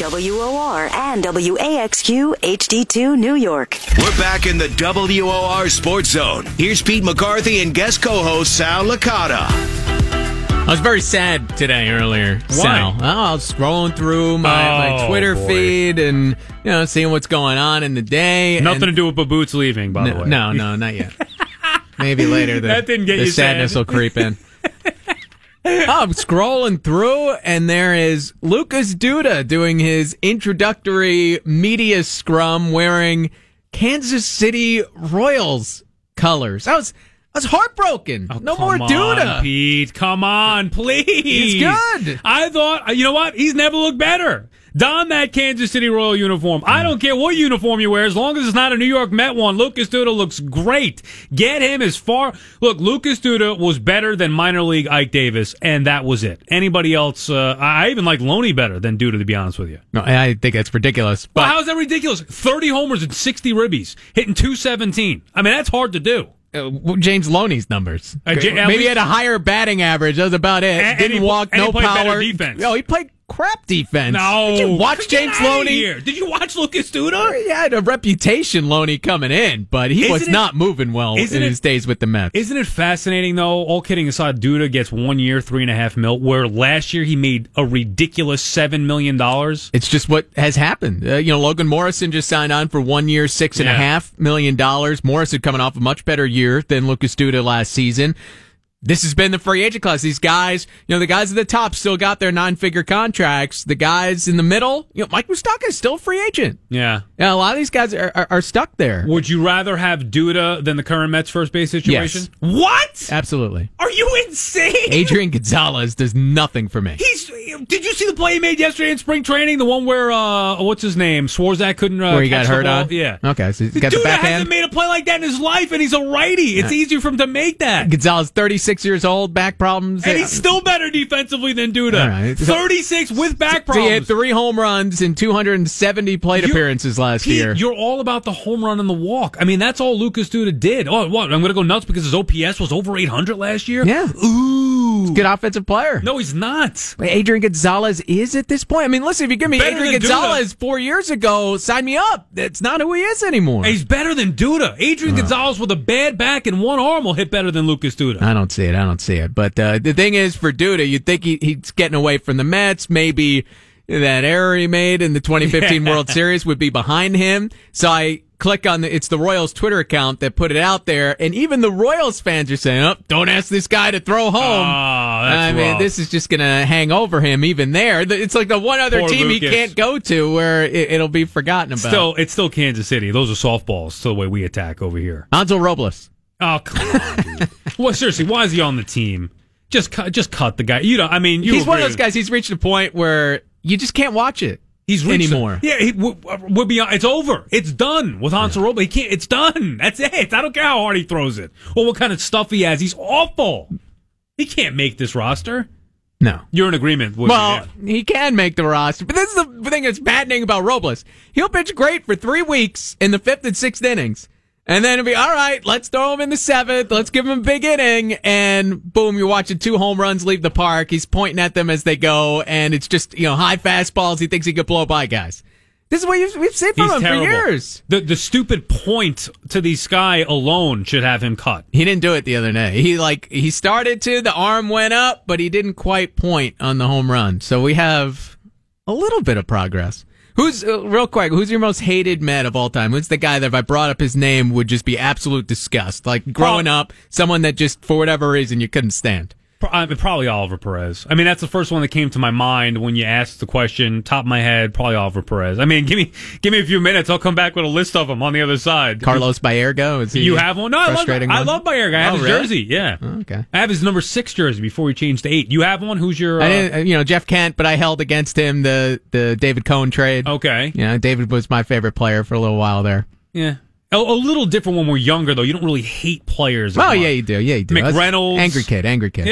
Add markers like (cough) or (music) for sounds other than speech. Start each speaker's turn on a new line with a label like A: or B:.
A: WOR and WAXQ HD2 New York.
B: We're back in the WOR Sports Zone. Here's Pete McCarthy and guest co-host Sal Licata.
C: I was very sad today earlier. Why? Sal. Oh, I was scrolling through my, my
D: Oh,
C: Twitter
D: boy.
C: feed and you know seeing what's going on in the day. and-
D: Nothing to do with Baboot's leaving, by the
C: No,
D: way.
C: no, no, not yet. Maybe later. The,
D: (laughs) That didn't get
C: the
D: you sad.
C: sadness will creep
D: (laughs)
C: in. I'm scrolling through, and there is Lucas Duda doing his introductory media scrum wearing Kansas City Royals colors. I was, I was heartbroken. no
D: Oh, Come
C: more
D: on,
C: Duda.
D: Pete. Come on, please.
C: He's good.
D: I thought, uh, you know what? He's never looked better. Don that Kansas City Royal uniform. I don't care what uniform you wear, as long as it's not a New York Met one. Lucas Duda looks great. Get him as far. Look, Lucas Duda was better than minor league Ike Davis, and that was it. Anybody else? Uh, I I even like Loney better than Duda, to be honest with you.
C: No, I I think that's ridiculous. But
D: Well, how is that ridiculous? Thirty homers and sixty ribbies, hitting two seventeen. I mean, that's hard to do.
C: uh, James Loney's numbers.
D: Uh, J- at
C: Maybe he
D: least-
C: had a higher batting average. That was about it.
D: And- and
C: Didn't
D: he pl-
C: walk,
D: and he
C: no
D: played better
C: power.
D: defense.
C: No, he played crap defense.
D: No,
C: Did you watch
D: Get
C: James
D: outta
C: Loney?
D: here. Did you watch Lucas Duda?
C: He had a reputation, Loney, coming in, but he was
D: Isn't it-
C: not moving well in
D: isn't it-
C: his days with the Mets.
D: Isn't it fascinating though? All kidding aside, Duda gets one year, three and a half mil. Where last year he made a ridiculous seven million dollars.
C: It's just what has happened. Uh, you know, Logan Morrison just signed on for one year, six and a
D: Yeah.
C: half million dollars. Morrison coming off a much better year than Lucas Duda last season. This has been the free agent class. These guys, you know, the guys at the top still got their nine-figure contracts. The guys in the middle, you know, Mike Mustaka is still a free agent.
D: Yeah.
C: You know, a lot of these guys are, are, are stuck there.
D: Would you rather have Duda than the current Mets first base situation? What?
C: Absolutely.
D: Are you insane?
C: Adrian Gonzalez does nothing for me.
D: He's. Did you see the play he made yesterday in spring training? The one where uh, what's his name? Swarzak couldn't. Uh,
C: Where he got
D: catch the
C: hurt
D: ball?
C: on?
D: Yeah.
C: Okay, so he's got the
D: Duda
C: backhand?
D: hasn't made a play like that in his life, and he's a righty. It's easier for him to make that.
C: Gonzalez, 36 years old, back problems.
D: And he's still better defensively than Duda.
C: All right. So-
D: 36 with back
C: So he had
D: problems.
C: three home runs and 270 plate
D: You-
C: appearances last
D: Pete,
C: year.
D: You're all about the home run and the walk. I mean, that's all Lucas Duda did. Oh, what? I'm going to go nuts because his OPS was over 800 last year?
C: Yeah.
D: Ooh.
C: Good offensive player.
D: No, he's not.
C: But Adrian Gonzalez is at this point. I mean, listen, if you give me
D: Better
C: Adrian
D: than Duda.
C: Gonzalez four years ago, sign me up. That's not who he is anymore.
D: He's better than Duda. Adrian Gonzalez with a bad back and one arm will hit better than Lucas Duda.
C: I don't see it. I don't see it. But uh, the thing is, for Duda, you'd think he, he's getting away from the Mets. Maybe that error he made in the
D: (laughs)
C: 2015 World Series would be behind him. So I click on the, it's the Royals Twitter account that put it out there. And even the Royals fans are saying, oh, don't ask this guy to throw home.
D: Ah,
C: I
D: that's
C: mean,
D: rough.
C: this is just going to hang over him even there. The- It's like the one other
D: Poor
C: team he
D: Lucas.
C: can't go to where it, it'll be forgotten about.
D: Still, it's still Kansas City. Those are softballs. Still the way we attack over here.
C: Hansel Robles.
D: Oh come on,
C: (laughs)
D: dude. well, seriously, why is he on the team? Just cut, just cut the guy. You know, I mean, you
C: He's one of
D: agree
C: those
D: with-
C: guys, he's reached a point where you just can't watch it.
D: He's reached the-
C: anymore.
D: yeah, he, we're, we're beyond. It's over. It's done with Hans He can't. It's done. That's it. I don't care how hard he throws it or what kind of stuff he has. He's awful. He can't make this roster.
C: No.
D: You're in agreement with
C: Well,
D: me. there.
C: he can make the roster, but this is the thing that's maddening about Robles. He'll pitch great for three weeks in the fifth and sixth innings, and then it'll be all right. Let's throw him in the seventh. Let's give him a big inning, and boom, you're watching two home runs leave the park. He's pointing at them as they go, and it's just you know high fastballs. He thinks he could blow by guys. This is what you've, we've seen from
D: He's
C: him
D: terrible.
C: for years.
D: The the stupid point to the sky alone should have him cut.
C: He didn't do it the other day. He like he started to the arm went up, but he didn't quite point on the home run. So we have a little bit of progress. Who's uh, real quick? Who's your most hated Met of all time? Who's the guy that if I brought up his name would just be absolute disgust? Like growing
D: Prob-
C: up, someone that just for whatever reason you couldn't stand.
D: Pro- I mean, Probably Oliver Perez. I mean, that's the first one that came to my mind when you asked the question. Top of my head, probably Oliver Perez. I mean, (laughs) give me give me a few minutes. I'll come back with a list of them on the other side.
C: Carlos Baergo is he?
D: you have one? No, I love.
C: frustrating
D: I
C: one?
D: love Bayerga. I have
C: Oh,
D: his
C: really?
D: jersey. Yeah.
C: Okay.
D: I have his number six jersey before he changed to eight. You have one? Who's your? Uh,
C: I didn't, you know, Jeff Kent, but I held against him the the David Cohn trade.
D: okay.
C: You know, David was my favorite player for a little while there.
D: Yeah. A, a little different when we're younger, though. You don't really hate players. as
C: Oh
D: much.
C: yeah, you do. Yeah, you do. That's-
D: McReynolds.
C: angry kid, angry kid.